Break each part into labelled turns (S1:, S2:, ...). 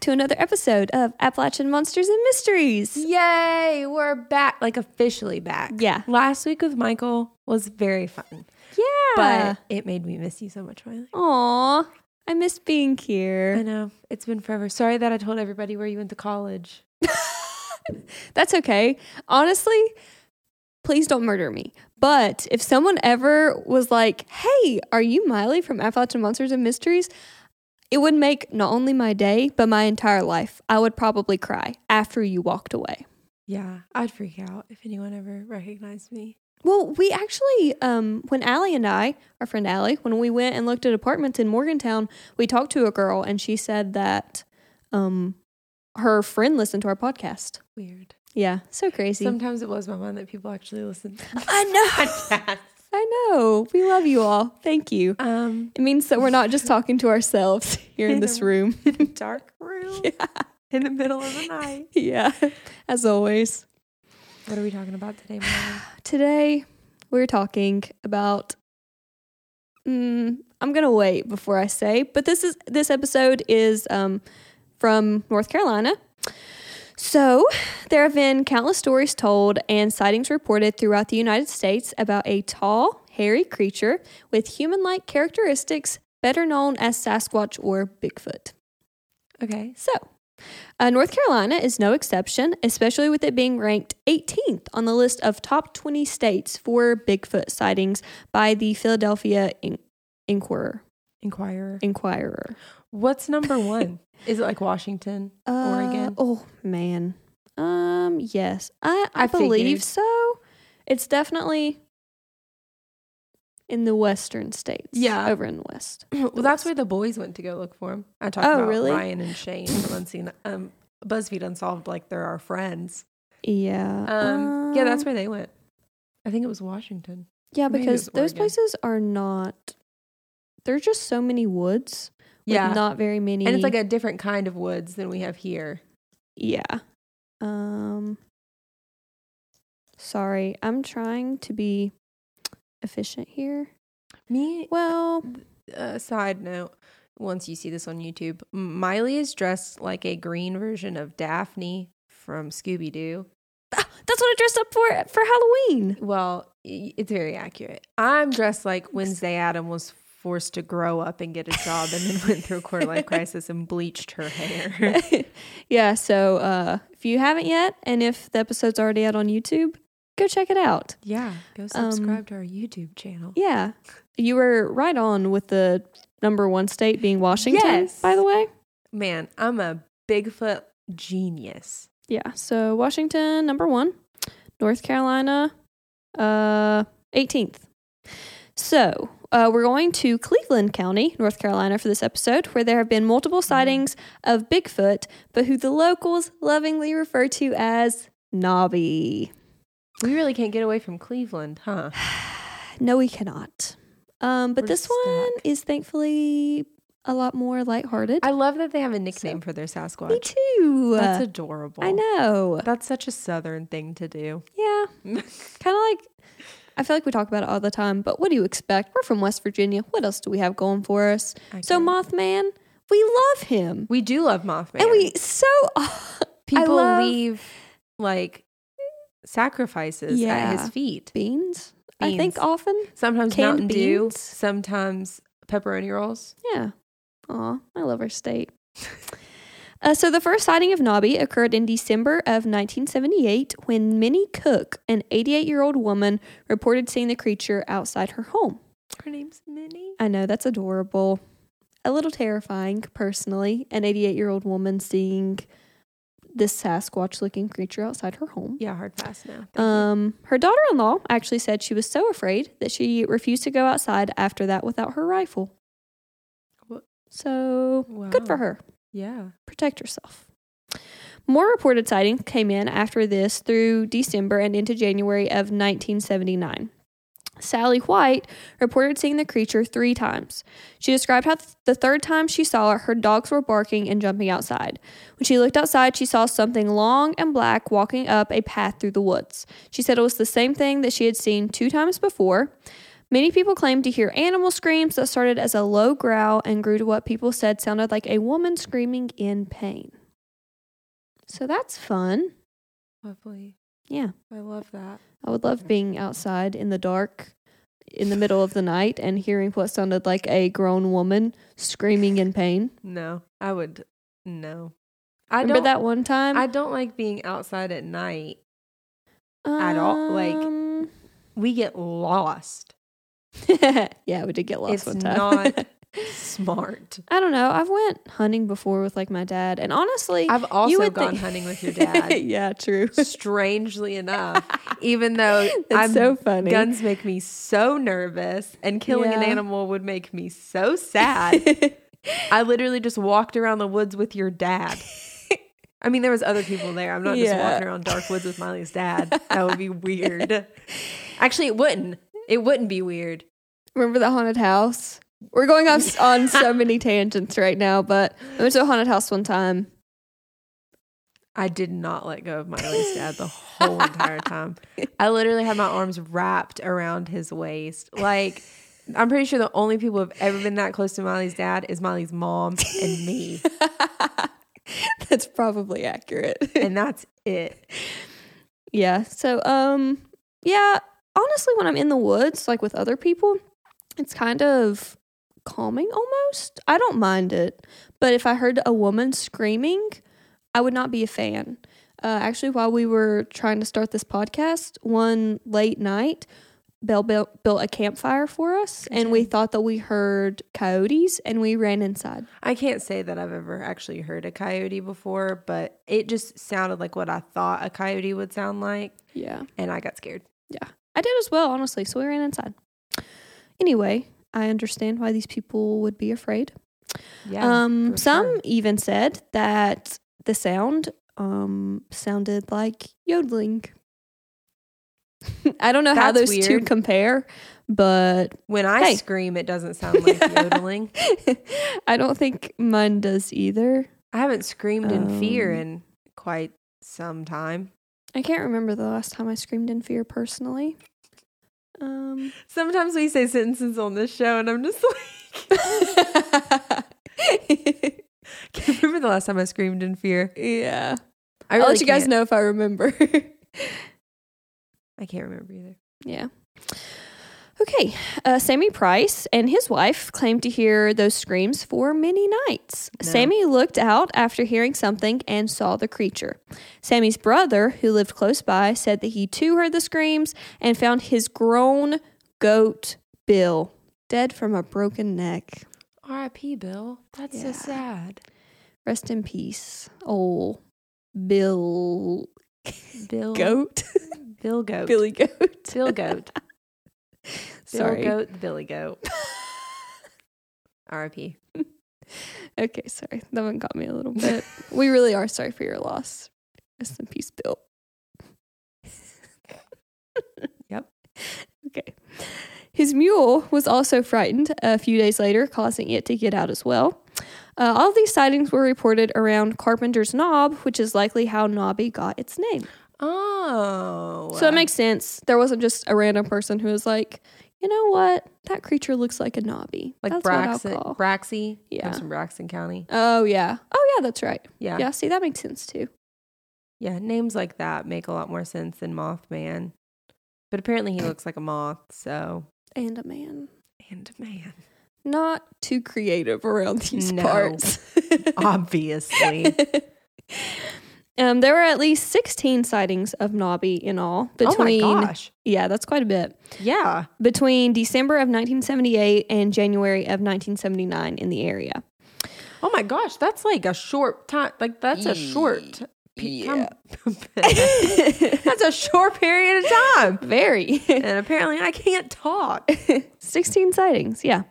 S1: to another episode of Appalachian Monsters and Mysteries.
S2: Yay, we're back, like officially back.
S1: Yeah.
S2: Last week with Michael was very fun,
S1: Yeah.
S2: but it made me miss you so much, Riley.
S1: But aw, I miss being
S2: I
S1: here.
S2: know. It's been forever. Sorry that I told everybody where you went to college.
S1: That's okay. Honestly, please don't murder me. But if someone ever was like, "Hey, are you Miley from Appalachian Monsters and Mysteries?" It would make not only my day, but my entire life. I would probably cry after you walked away.
S2: Yeah, I'd freak out if anyone ever recognized me.
S1: Well, we actually, um, when Allie and I, our friend Allie, when we went and looked at apartments in Morgantown, we talked to a girl and she said that um, her friend listened to our podcast.
S2: Weird.
S1: Yeah, so crazy.
S2: Sometimes it was my mind that people actually listened.
S1: I know. I know. We love you all. Thank you.
S2: Um,
S1: It means that we're not just talking to ourselves here in this room.
S2: dark room in the middle of the night.
S1: yeah, as always.
S2: What are we talking about today, Molly?
S1: Today, we're talking about. Mm, I'm gonna wait before I say, but this is this episode is um, from North Carolina. So, there have been countless stories told and sightings reported throughout the United States about a tall, hairy creature with human-like characteristics, better known as Sasquatch or Bigfoot.
S2: Okay.
S1: So, uh, North Carolina is no exception, especially with it being ranked 18th on the list of top 20 states for Bigfoot sightings by the Philadelphia In- Inquirer.
S2: Inquirer.
S1: Inquirer.
S2: What's number one? Is it like Washington?
S1: Uh,
S2: Oregon?
S1: Oh man. Um. Yes, I I,
S2: I
S1: believe
S2: figured.
S1: so. It's definitely in the western states.
S2: Yeah.
S1: over in the west.
S2: Well, that's where the boys went to go look for him. I talked
S1: Oh,
S2: about
S1: really?
S2: Ryan and Shane from Unseen. Um, BuzzFeed Unsolved, like they're our friends.
S1: Yeah.
S2: Um, yeah, that's
S1: um,
S2: where they went. I think it was Washington.
S1: Yeah,
S2: maybe
S1: because
S2: it's
S1: those
S2: Oregon.
S1: places are not. There's just so many woods. with not very many.
S2: and it's like a different kind of woods than we have here.
S1: yeah. Um, sorry, I'm trying to be efficient here.
S2: Me,
S1: Well,
S2: uh, side note. Once you see this on YouTube, M- Miley is dressed like a green version of Daphne from Scooby Doo.
S1: that's what I dressed up for for Halloween.
S2: Well, i- it's very accurate. I'm dressed like Wednesday Adam was forced to grow up and get a job and then went through a quarter life crisis and bleached her hair.
S1: yeah. So uh, if you haven't yet, and if the episode's already out on YouTube, go check it out.
S2: Yeah, go
S1: Um,
S2: subscribe to our YouTube channel.
S1: Yeah, you were right on with the number one state being Washington.
S2: Yes.
S1: By the way.
S2: Man, I'm a Bigfoot genius.
S1: Yeah. So Washington, number one, North Carolina, uh, 18th. So uh, we're going to Cleveland County, North Carolina, for this episode, where there have been multiple
S2: Mm-hmm.
S1: sightings of Bigfoot, but who the locals lovingly refer to as Nobby.
S2: We really can't get away from Cleveland, huh?
S1: No, we cannot. Um, but
S2: We're
S1: this one
S2: stuck.
S1: is thankfully a lot more lighthearted.
S2: I love that they have a nickname for their Sasquatch.
S1: Me too.
S2: That's adorable.
S1: I know.
S2: That's such a southern thing to do.
S1: Yeah. kind of like I feel like we talk about it all the time, but what do you expect? We're from West Virginia. What else do we have going for us?
S2: I
S1: So
S2: get it.
S1: Mothman, we love him,
S2: we do love Mothman.
S1: and we so I
S2: people
S1: love
S2: leave like sacrifices at
S1: Yeah.
S2: his feet.
S1: beans. I think
S2: Beans.
S1: often,
S2: Sometimes
S1: Canned
S2: Mountain Dew,
S1: beans.
S2: sometimes pepperoni rolls.
S1: yeah. Aw, I love our state. Uh, so the first sighting of Nobby occurred in December of 1978 when Minnie Cook, an 88-year-old woman, reported seeing the creature outside her home.
S2: Her name's Minnie.
S1: I know that's adorable. A little terrifying, personally. An 88 year old woman seeing this Sasquatch looking creature outside her home.
S2: Yeah, hard pass now. Thank you.
S1: Um, her daughter in law actually said she was so afraid that she refused to go outside after that without her rifle.
S2: What?
S1: So good for
S2: Wow.
S1: her.
S2: Yeah.
S1: Protect yourself. More reported sightings came in after this through December and into January of 1979. Sally White reported seeing the creature three times. She described how th- the third time she saw it, her dogs were barking and jumping outside. When she looked outside, she saw something long and black walking up a path through the woods. She said it was the same thing that she had seen two times before. Many people claim to hear animal screams that started as a low growl and grew to what people said sounded like a woman screaming in pain. So that's fun.
S2: Lovely.
S1: Yeah.
S2: I love that.
S1: I would love being outside in the dark in the middle of the night and hearing what sounded like a grown woman screaming in pain.
S2: No, I would. No, I
S1: Remember
S2: don't.
S1: that one time?
S2: I don't like being outside at night. at all, like-
S1: Um,
S2: We get lost.
S1: yeah, we did get lost
S2: It's
S1: one time.
S2: not- Smart.
S1: I don't know. I've went hunting before with like my dad, and honestly,
S2: I've also
S1: would
S2: gone
S1: think-
S2: hunting with your dad.
S1: yeah, true.
S2: Strangely enough, even though
S1: That's
S2: I'm
S1: so funny.
S2: guns make me so nervous, and killing an
S1: Yeah.
S2: animal would make me so sad. I literally just walked around the woods with your dad. I mean, there was other people there. I'm not just
S1: Yeah.
S2: walking around dark woods with Miley's dad. That would be weird. Actually, it wouldn't. It wouldn't be weird.
S1: Remember the haunted house? We're going on, on so many tangents right now, but I went to a haunted house one time.
S2: I did not let go of Miley's dad the whole entire time. I literally had my arms wrapped around his waist. Like, I'm pretty sure the only people who've ever been that close to Miley's dad is Miley's mom and me.
S1: That's probably accurate.
S2: And that's it.
S1: yeah. So, um, yeah, honestly, when I'm in the woods, like with other people, it's kind of calming almost. I don't mind it. But if I heard a woman screaming, I would not be a fan. Uh, actually, while we were trying to start this podcast, one late night, Belle built, built a campfire for us, and we thought that we heard coyotes, and we ran inside.
S2: I can't say that I've ever actually heard a coyote before, but it just sounded like what I thought a coyote would sound like,
S1: Yeah.
S2: and I got scared.
S1: I did as well, honestly. So we ran inside. Anyway, I understand why these people would be afraid.
S2: Yeah.
S1: um,
S2: for
S1: some
S2: sure.
S1: even said that the sound um, sounded like yodeling. I don't know how
S2: That's
S1: those two
S2: weird.
S1: compare, but
S2: when I
S1: hey.
S2: scream, it doesn't sound like yodeling.
S1: I don't think mine does either.
S2: I haven't screamed in fear
S1: Um,
S2: in quite some time.
S1: I can't remember the last time I screamed in fear personally. Um,
S2: Sometimes we say sentences on this show, and I'm just like, can't remember the last time I screamed in fear.
S1: yeah.
S2: I
S1: I'll
S2: really
S1: let you guys
S2: can't-
S1: know if I remember.
S2: I can't remember either.
S1: yeah. Okay. Uh, Sammy Price and his wife claimed to hear those screams for many nights.
S2: No.
S1: Sammy looked out after hearing something and saw the creature. Sammy's brother, who lived close by, said that he too heard the screams and found his grown goat, Bill, dead from a broken neck.
S2: R.I.P. Bill. That's
S1: Yeah.
S2: so sad.
S1: Rest in peace, old Bill
S2: Bill.
S1: Goat.
S2: Bill Goat.
S1: Billy Goat.
S2: Bill Goat. Bill
S1: Sorry.
S2: Goat, the Billy Goat. RIP.
S1: Okay, sorry. That one got me a little bit. we really are sorry for your loss. Rest in peace, Bill.
S2: Yep.
S1: Okay. His mule was also frightened a few days later, causing it to get out as well. Uh, all of these sightings were reported around Carpenter's Knob, which is likely how Knobby got its name.
S2: Oh.
S1: So it makes sense. There wasn't just a random person who was like, you know what? That creature looks like a knobby.
S2: like
S1: That's what
S2: Braxton,
S1: I'll call.
S2: Braxy.
S1: Yeah.
S2: I'm from Braxton County.
S1: oh, yeah. Oh, yeah, that's right.
S2: Yeah. yeah.
S1: Yeah, see, that makes sense too.
S2: Names like that make a lot more sense than Mothman. But apparently he looks like a moth. So,
S1: And a man.
S2: and man.
S1: Not too creative around these
S2: No.
S1: parts.
S2: Obviously. Oh
S1: um, there were at least 16 sightings of Nobby in all. Between,
S2: oh my gosh.
S1: Yeah, that's quite a bit.
S2: Yeah.
S1: Between December of 1978 and January of 1979 in the area.
S2: Oh my gosh. That's like a short time. Like, that's a short. pe- time- that's a short period of time.
S1: Very.
S2: And apparently I can't talk.
S1: 16 sightings, yeah.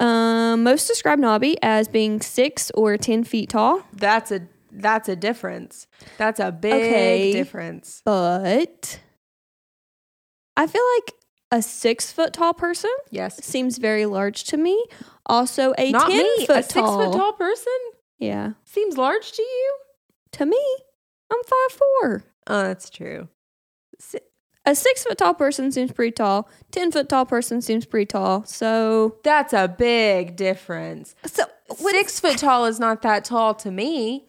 S1: Um, most describe Nobby as being six or 10 feet tall,
S2: That's a that's a difference. That's a big
S1: Okay.
S2: difference.
S1: but I feel like a six foot tall person
S2: Yes.
S1: seems very large to me. Also, a
S2: Not
S1: 10
S2: me.
S1: foot
S2: a six
S1: tall.
S2: foot tall person
S1: Yeah.
S2: seems large to you.
S1: To me, I'm five four.
S2: Oh, that's true. Si-
S1: a six foot tall person seems pretty tall. Ten foot tall person seems pretty tall. So,
S2: That's a big difference.
S1: so
S2: Six foot tall is not that tall to me,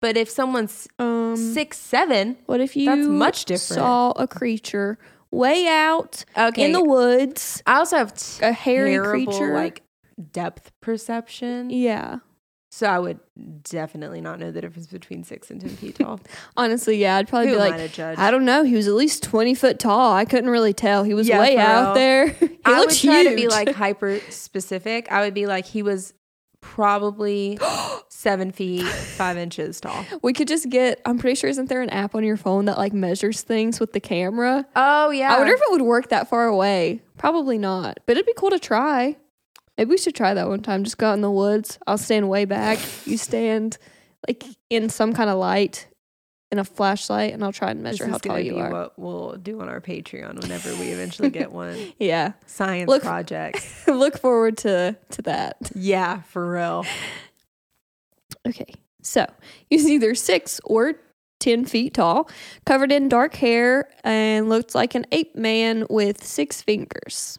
S2: but if someone's
S1: um,
S2: six seven,
S1: What if you
S2: That's much different.
S1: saw a creature way out
S2: okay.
S1: in the woods,
S2: I also have t-
S1: a hairy
S2: terrible,
S1: creature?
S2: like depth perception.
S1: yeah.
S2: So I would definitely not know the difference between six and ten feet tall.
S1: Honestly, yeah, I'd probably
S2: Who
S1: be
S2: am I
S1: like,
S2: to judge?
S1: I don't know. He was at least twenty foot tall. I couldn't really tell. He was
S2: Yeah,
S1: way
S2: for
S1: out
S2: real.
S1: there. he
S2: I would
S1: looked
S2: try
S1: huge.
S2: to be like hyper specific. I would be like he was probably seven feet five inches tall.
S1: we could just get. I'm pretty sure isn't there an app on your phone that like measures things with the camera?
S2: Oh yeah.
S1: I wonder if it would work that far away. Probably not, but it'd be cool to try. Maybe we should try that one time. Just go out in the woods. I'll stand way back. You stand like in some kind of light, in a flashlight, and I'll try and
S2: this
S1: measure
S2: is
S1: how tall
S2: gonna be
S1: you are.
S2: what we'll do on our Patreon whenever we eventually get one.
S1: Yeah,
S2: Science
S1: Look-
S2: projects.
S1: look forward to to that.
S2: Yeah, for real.
S1: Okay, so he's either six or ten feet tall, covered in dark hair, and looked like an ape man with six fingers.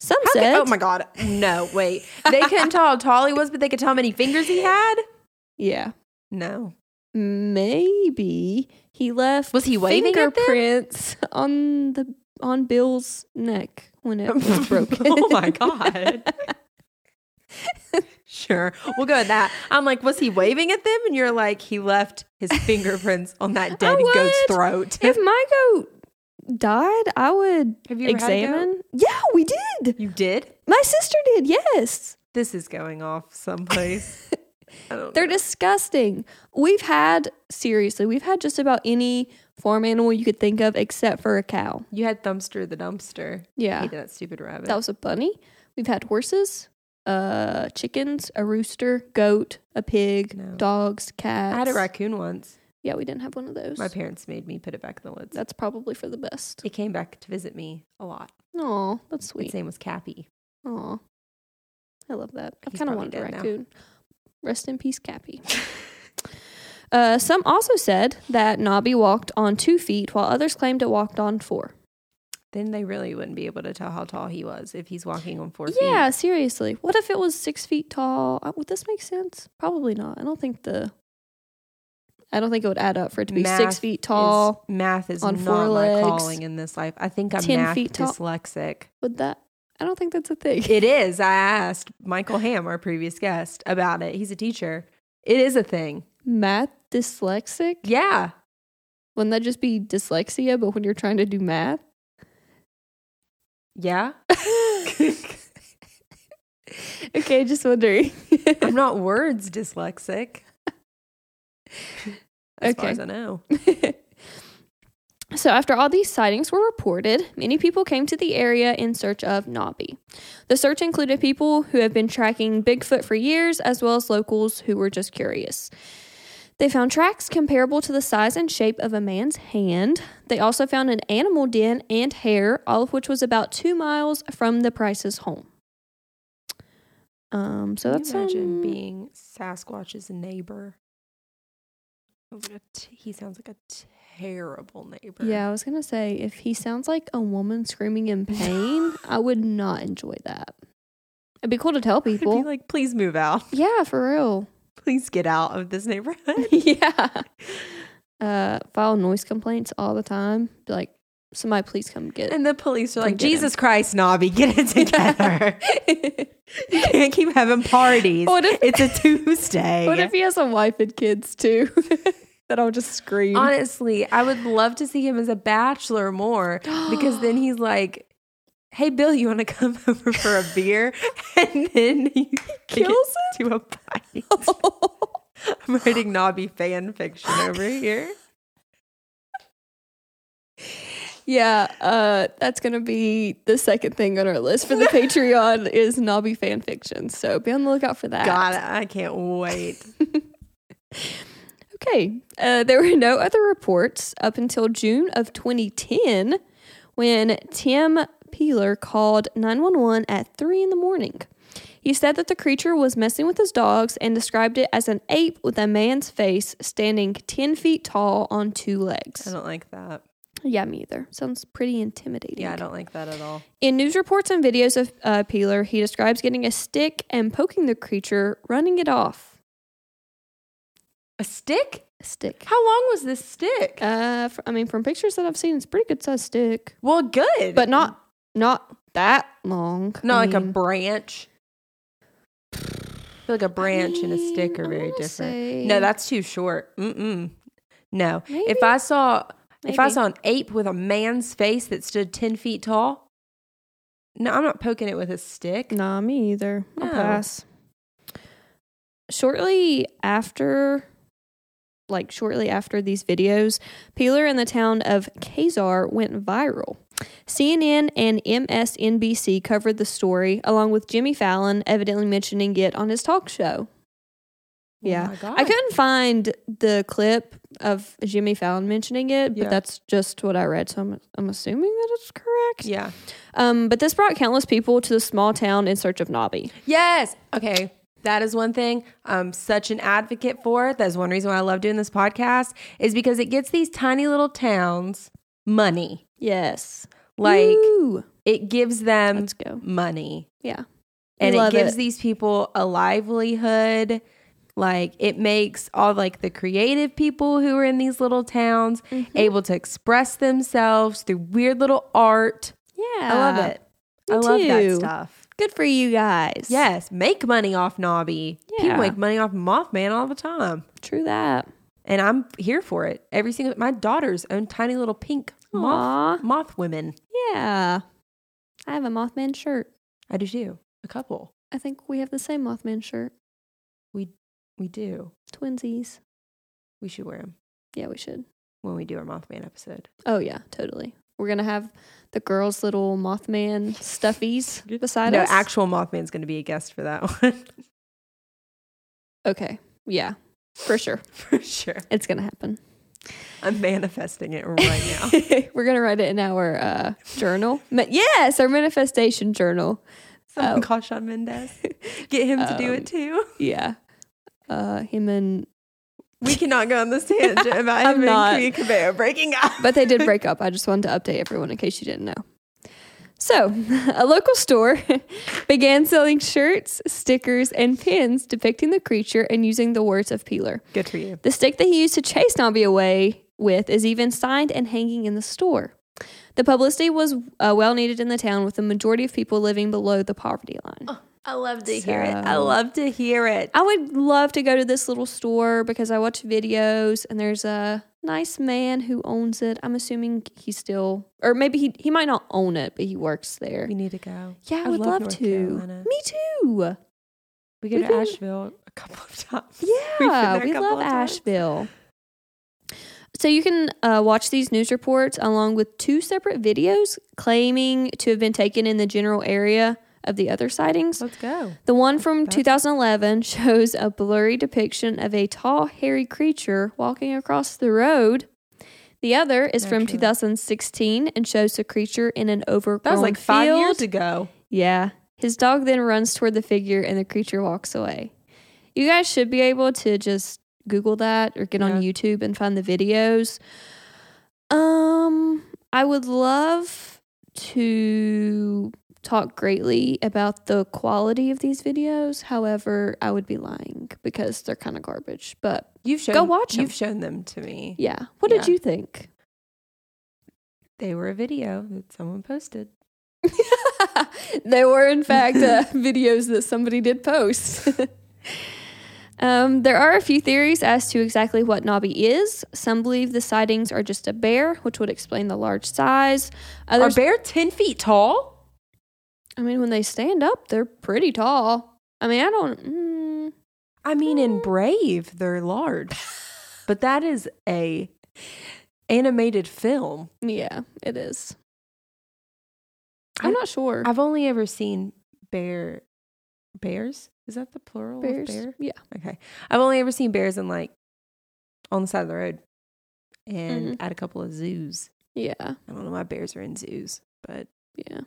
S1: Some said,
S2: Oh my god. No, wait. They couldn't tell how tall he was, but they could tell how many fingers he had.
S1: "Yeah,
S2: No.
S1: maybe he left
S2: Was he waving at them?
S1: fingerprints on the on Bill's neck when it was broken.
S2: oh my god. sure, we'll go with that. I'm like, was he waving at them? And you're like, he left his fingerprints on that dead goat's
S1: would.
S2: throat.
S1: if my goat died, I would
S2: Have you ever had a goat?
S1: examine. Yeah, we did.
S2: You did.
S1: My sister did. Yes.
S2: This is going off someplace. I don't.
S1: They're
S2: know.
S1: disgusting. We've had, seriously, we've had just about any farm animal you could think of except for a cow.
S2: You had Thumbster the dumpster.
S1: Yeah.
S2: Hated that stupid rabbit.
S1: That was a bunny. We've had horses, uh, chickens, a rooster, goat, a pig,
S2: No.
S1: dogs, cats.
S2: I had a raccoon once.
S1: Yeah, we didn't have one of those.
S2: My parents made me put it back in the woods.
S1: That's probably for the best.
S2: It came back to visit me a lot.
S1: Aw, that's
S2: Its
S1: sweet.
S2: name was Cappy.
S1: Aw. I love that. I've
S2: He's
S1: kind of
S2: probably
S1: wanted a
S2: dead now.
S1: raccoon. Rest in peace, Cappy. uh, some also said that Nobby walked on two feet, while others claimed it walked on four.
S2: Then they really wouldn't be able to tell how tall he was if he's walking on four feet.
S1: Yeah, seriously. What if it was six feet tall? Uh, Would this make sense? Probably not. I don't think the. I don't think it would add up for it to be
S2: Math
S1: six feet tall.
S2: Is, math is
S1: on
S2: not
S1: four
S2: my
S1: legs.
S2: calling in this life. I think I'm
S1: 10
S2: math
S1: feet tall.
S2: dyslexic.
S1: Would that? I don't think that's a thing.
S2: It is. I asked Michael Ham, our previous guest, about it. He's a teacher. It is a thing.
S1: math dyslexic?
S2: Yeah.
S1: Wouldn't that just be dyslexia? But when you're trying to do math,
S2: Yeah.
S1: okay, just wondering.
S2: I'm not words dyslexic. As
S1: Okay.
S2: far as I know.
S1: so, after all these sightings were reported, many people came to the area in search of Nobby. The search included people who have been tracking Bigfoot for years, as well as locals who were just curious. They found tracks comparable to the size and shape of a man's hand. They also found an animal den and hair, all of which was about two miles from the Price's home. Um, so
S2: Can you
S1: that's
S2: imagine
S1: um,
S2: being Sasquatch's neighbor. Sounds like a t- he sounds like a terrible neighbor.
S1: Yeah, I was gonna say if he sounds like a woman screaming in pain, I would not enjoy that. It'd be cool to tell
S2: I'd be
S1: people.
S2: like, please move out.
S1: yeah, for real.
S2: Please get out of this neighborhood.
S1: yeah. Uh, file noise complaints all the time. Be like, somebody please come get.
S2: And the police are
S1: Come
S2: like,
S1: get him.
S2: Jesus Christ, Nobby, get it together. you can't keep having parties.
S1: What if-
S2: it's a Tuesday.
S1: What if he has a wife and kids too? that I'll just scream.
S2: Honestly, I would love to see him as a bachelor more because then he's like, hey, Bill, you want to come over for a beer? And then he
S1: kills
S2: him to a bite. I'm writing Nobby fan fiction over here.
S1: yeah, uh, that's gonna be the second thing on our list for the Patreon is Nobby fan fiction. So be on the lookout for that.
S2: God, I can't wait.
S1: Okay. Uh, there were no other reports up until June of 2010 when Tim Peeler called 911 at 3 in the morning. He said that the creature was messing with his dogs and described it as an ape with a man's face standing 10 feet tall on two legs.
S2: I don't like that.
S1: Yeah, me either. Sounds pretty intimidating.
S2: Yeah, I don't like that at all.
S1: In news reports and videos of uh, Peeler, he describes getting a stick and poking the creature, running it off.
S2: A stick?
S1: A stick.
S2: How long was this stick?
S1: Uh, fr- I mean, from pictures that I've seen, it's a pretty good sized stick,
S2: well, good.
S1: but not not that long.
S2: not
S1: I
S2: like a
S1: mean,
S2: branch. I feel like a branch and a stick
S1: mean,
S2: are
S1: I
S2: very
S1: wanna
S2: different.
S1: say-
S2: No, that's too short. Mm-mm. No.
S1: Maybe.
S2: If I saw if I
S1: Maybe.
S2: saw an ape with a man's face that stood ten feet tall, no, I'm not poking it with a stick.
S1: Nah, me either. I'll
S2: No.
S1: pass. Shortly after, like shortly after these videos, Peeler in the town of Kazar went viral. CNN and MSNBC covered the story, along with Jimmy Fallon evidently mentioning it on his talk show. Yeah.
S2: my God.
S1: I couldn't find the clip of Jimmy Fallon mentioning it, but
S2: Yeah.
S1: that's just what I read, so I'm, I'm assuming that it's correct.
S2: Yeah.
S1: Um, but this brought countless people to the small town in search of Nobby.
S2: Yes. Okay. That is one thing I'm such an advocate for. That's one reason why I love doing this podcast is because it gets these tiny little towns money.
S1: Yes.
S2: Like
S1: Woo.
S2: it gives them
S1: let's go.
S2: money.
S1: Yeah. We
S2: and it
S1: love
S2: gives
S1: it.
S2: these people a livelihood like it makes all like the creative people who are in these little towns
S1: Mm-hmm.
S2: able to express themselves through weird little art
S1: Yeah.
S2: i love it
S1: me
S2: i love that
S1: too.
S2: stuff
S1: Good for you guys.
S2: yes make money off knobby
S1: Yeah.
S2: people make money off mothman all the time
S1: True that.
S2: and i'm here for it every single my daughters own tiny little pink moth,
S1: Aw.
S2: moth women
S1: Yeah. I have a Mothman shirt.
S2: i do too a couple
S1: I think we have the same Mothman shirt.
S2: we do
S1: Twinsies.
S2: we should wear them
S1: Yeah, we should.
S2: when we do our mothman episode
S1: Oh, yeah, totally. We're going to have the girls' little Mothman stuffies beside
S2: no,
S1: us.
S2: actual Mothman's going to be a guest for that one
S1: okay. Yeah, for sure.
S2: for sure.
S1: It's going to happen.
S2: I'm manifesting it right now.
S1: We're going to write it in our uh, journal. Ma- yes, our manifestation journal.
S2: Someone
S1: Oh.
S2: call Sean Mendez. Get him to do
S1: Um,
S2: it too.
S1: Yeah. Uh, him and
S2: We cannot go on this tangent about
S1: I'm
S2: him
S1: not.
S2: and Kia Cabello breaking up.
S1: but they did break up. I just wanted to update everyone in case you didn't know. So, a local store began selling shirts, stickers, and pins depicting the creature and using the words of Peeler.
S2: Good for you.
S1: The stick that he used to chase Nobby away with is even signed and hanging in the store. The publicity was uh, well needed in the town, with the majority of people living below the poverty line.
S2: I love to hear it. I
S1: So-
S2: love to hear it.
S1: I would love to go to this little store because I watch videos and there's a nice man who owns it. I'm assuming he still, or maybe he, he might not own it, but he works there.
S2: We need to go.
S1: Yeah, I, would love,
S2: North
S1: to.
S2: Carolina.
S1: Me too.
S2: We go
S1: We
S2: to
S1: can-
S2: Asheville a couple of times. We've been there
S1: Yeah,
S2: a
S1: we
S2: couple
S1: love
S2: of times.
S1: Asheville. So you can uh, watch these news reports along with two separate videos claiming to have been taken in the general area of the other sightings.
S2: Let's go.
S1: The one from
S2: That's-
S1: 2011 shows a blurry depiction of a tall, hairy creature walking across the road. The other is from
S2: Naturally.
S1: 2016 and shows the creature in an overgrown
S2: That was like five
S1: field.
S2: years ago.
S1: Yeah. His dog then runs toward the figure and the creature walks away. You guys should be able to just Google that or get on
S2: Yeah.
S1: YouTube and find the videos. Um, I would love to talk greatly about the quality of these videos. However, I would be lying because they're kind of garbage. But
S2: You've shown
S1: watch 'em.
S2: You've shown them to me.
S1: yeah. What did
S2: Yeah.
S1: you think?
S2: They were a video that someone posted.
S1: they were, in fact, uh, videos that somebody did post. um, there are a few theories as to exactly what Nobby is. Some believe the sightings are just a bear, which would explain the large size.
S2: Are
S1: Others,
S2: bear ten feet tall?
S1: I mean, when they stand up, they're pretty tall. I mean, I don't. Mm,
S2: I mean, in Brave, they're large, but that is a animated film.
S1: yeah, it is. I'm
S2: I-
S1: not sure.
S2: I've only ever seen bear bears. Is that the plural
S1: Bears?
S2: of bear?
S1: Yeah.
S2: Okay, I've only ever seen bears in like on the side of the road and at a couple of zoos.
S1: Yeah.
S2: I don't know why bears are in zoos, but
S1: Yeah.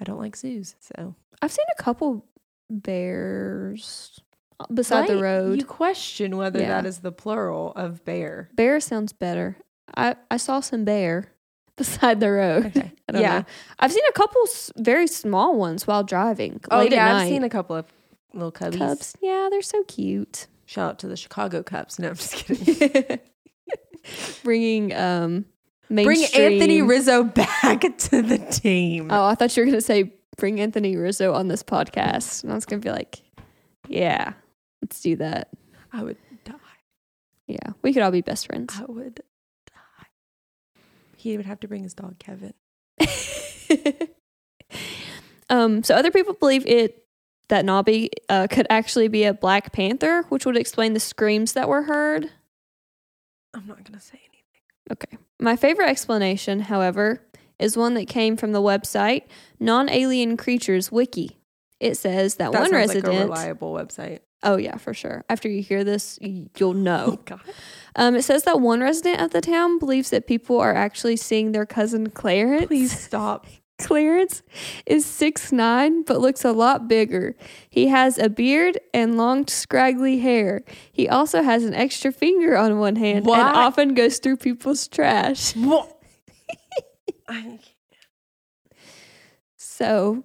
S2: I don't like zoos. So
S1: I've seen a couple bears beside the
S2: Right?
S1: road.
S2: you question whether
S1: Yeah.
S2: that is the plural of bear.
S1: Bear sounds better. I, I saw some bear, beside the road.
S2: Okay.
S1: I don't
S2: Yeah.
S1: know. I've seen a couple s- very small ones while driving.
S2: Oh
S1: late at
S2: yeah, I've
S1: night.
S2: seen a couple of little cubbies.
S1: Cubs. Yeah, they're so cute.
S2: Shout out to the Chicago Cubs. No, I'm just kidding.
S1: Bringing um
S2: Bring Anthony
S1: mainstream-
S2: Rizzo back to the team.
S1: Oh, I thought you were gonna say bring Anthony Rizzo on this podcast, and I was gonna be like, yeah, let's do that.
S2: I would die.
S1: Yeah, we could all be best friends.
S2: I would die. He would have to bring his dog Kevin.
S1: um, so other people believe it that Nobby uh, could actually be a Black Panther, which would explain the screams that were heard.
S2: I'm not gonna say anything.
S1: My favorite explanation, however, is one that came from the website Non Alien Creatures Wiki. It says that,
S2: That
S1: one
S2: sounds like a
S1: resident.
S2: reliable website.
S1: oh, yeah, for sure. After you hear this, y- you'll know.
S2: God.
S1: Um, it says that one resident of the town believes that people are actually seeing their cousin Clarence.
S2: Please stop.
S1: Clarence is six nine, but looks a lot bigger. He has a beard and long, scraggly hair. He also has an extra finger on one hand
S2: What?
S1: and often goes through people's trash.
S2: What? I,
S1: So,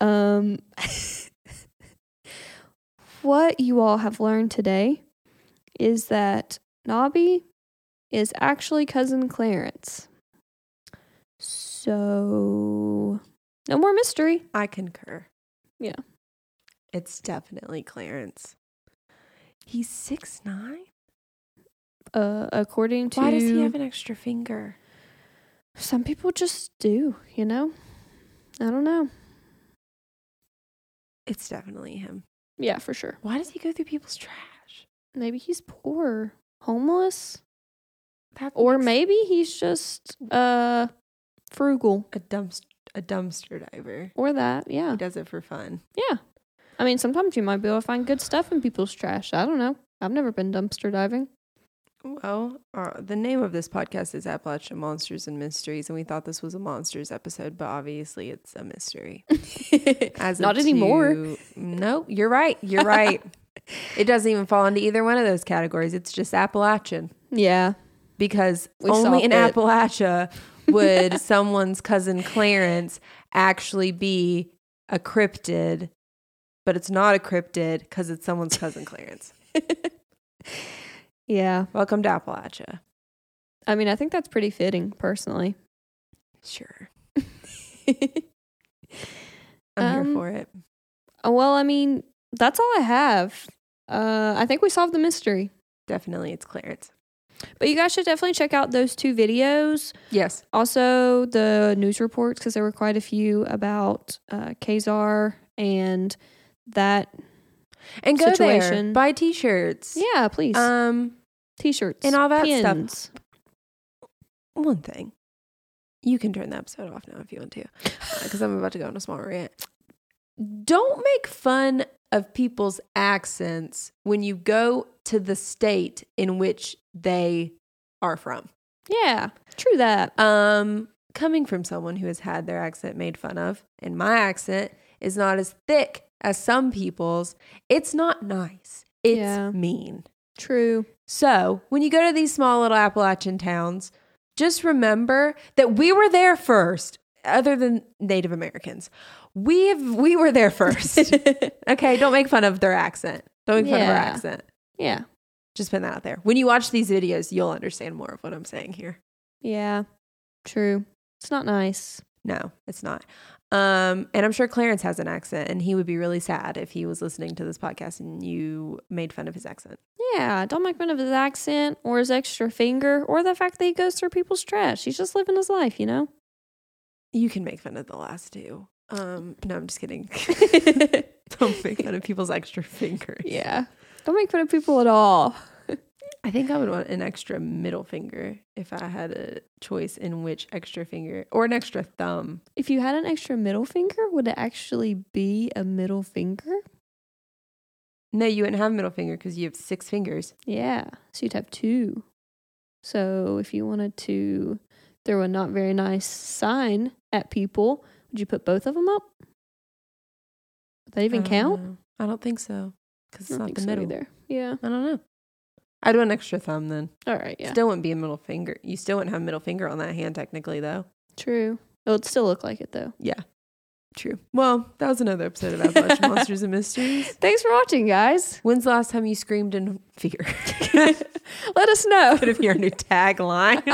S1: um, what you all have learned today is that Nobby is actually cousin Clarence. So, no more mystery.
S2: I concur.
S1: Yeah.
S2: It's definitely Clarence. He's six nine.
S1: Uh, according to
S2: Why does he have an extra finger?
S1: some people, just do you know? I don't know.
S2: It's definitely him.
S1: Yeah, for sure.
S2: Why does he go through people's trash?
S1: Maybe he's poor, homeless,
S2: That
S1: or
S2: makes-
S1: maybe he's just uh frugal
S2: a dumpster a dumpster diver.
S1: or that. Yeah.
S2: He does it for fun.
S1: Yeah. I mean, sometimes you might be able to find good stuff in people's trash. I don't know. I've never been dumpster diving.
S2: Well, uh, the name of this podcast is Appalachian Monsters and Mysteries, and we thought this was a monsters episode, but obviously it's a mystery. As
S1: Not
S2: of
S1: anymore.
S2: to- No, you're right. You're right. it doesn't even fall into either one of those categories. It's just Appalachian
S1: Yeah.
S2: because
S1: We
S2: only
S1: solved
S2: in
S1: it.
S2: Appalachia would someone's cousin Clarence actually be a cryptid, but it's not a cryptid because it's someone's cousin Clarence.
S1: Yeah.
S2: Welcome to Appalachia.
S1: I mean, I think that's pretty fitting, personally.
S2: Sure. I'm
S1: Um,
S2: here for it.
S1: well, I mean, that's all I have. Uh, I think we solved the mystery.
S2: Definitely, it's Clarence.
S1: But you guys should definitely check out those two videos.
S2: Yes.
S1: Also, the news reports, because there were quite a few about uh, Kazar and that.
S2: And go there.
S1: Situation.
S2: Buy t-shirts.
S1: Yeah, please.
S2: Um,
S1: T shirts
S2: and all that stuff.
S1: pins.
S2: one thing. You can turn the episode off now if you want to, because I'm about to go on a small rant. Don't make fun of people's accents when you go to the state in which they are from.
S1: Yeah, true that.
S2: Um, coming from someone who has had their accent made fun of, and my accent is not as thick as some people's, it's not nice. It's
S1: Yeah.
S2: mean.
S1: True.
S2: So when you go to these small little Appalachian towns, just remember that we were there first. Other than Native Americans, we have, we were there first. okay, don't make fun of their accent. Don't make fun of our
S1: Yeah.
S2: accent.
S1: Yeah.
S2: Just put that out there. When you watch these videos, you'll understand more of what I'm saying here.
S1: Yeah. True. It's not nice.
S2: No, it's not. Um, and I'm sure Clarence has an accent, and he would be really sad if he was listening to this podcast and you made fun of his accent.
S1: Yeah. Don't make fun of his accent or his extra finger or the fact that he goes through people's trash. He's just living his life, you know?
S2: You can make fun of the last two. Um, no, I'm just kidding. Don't make fun of people's extra fingers.
S1: yeah. Don't make fun of people at all.
S2: I think I would want an extra middle finger if I had a choice in which extra finger or an extra thumb.
S1: If you had an extra middle finger, would it actually be a middle finger?
S2: No, you wouldn't have a middle finger because you have six fingers.
S1: Yeah. So you'd have two. So if you wanted to throw a not very nice sign at people, would you put both of them up? Would that even
S2: I don't
S1: count?
S2: know. I don't think so because
S1: I don't
S2: it's Uh, not
S1: think
S2: the
S1: so
S2: middle.
S1: either. Yeah.
S2: I don't know. I'd do an extra thumb then.
S1: All right, yeah.
S2: Still wouldn't be a middle finger. You still wouldn't have middle finger on that hand technically though.
S1: True. It would still look like it though.
S2: Yeah. True. Well, that was another episode of Avalanche Monsters and Mysteries.
S1: Thanks for watching, guys.
S2: When's the last time you screamed in fear?
S1: Let us know.
S2: Could have your new tagline.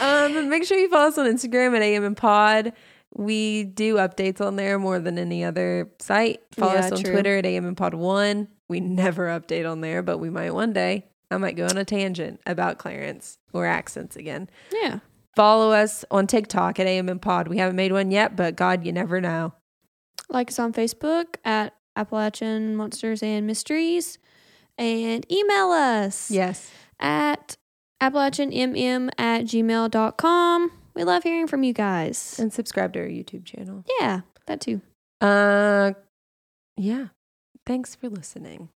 S2: um, make sure you follow us on Instagram at AM and Pod. We do updates on there more than any other site. Follow
S1: Yeah,
S2: us on
S1: true.
S2: Twitter at AM and Pod One. We never update on there, but we might one day. I might go on a tangent about Clarence or accents again.
S1: Yeah.
S2: Follow us on TikTok at AM and Pod. We haven't made one yet, but God, you never know.
S1: Like us on Facebook at Appalachian Monsters and Mysteries and email us
S2: Yes.
S1: at appalachianmm at gmail.com. We love hearing from you guys.
S2: And subscribe to our YouTube channel.
S1: Yeah, that too.
S2: Uh yeah. Thanks for listening.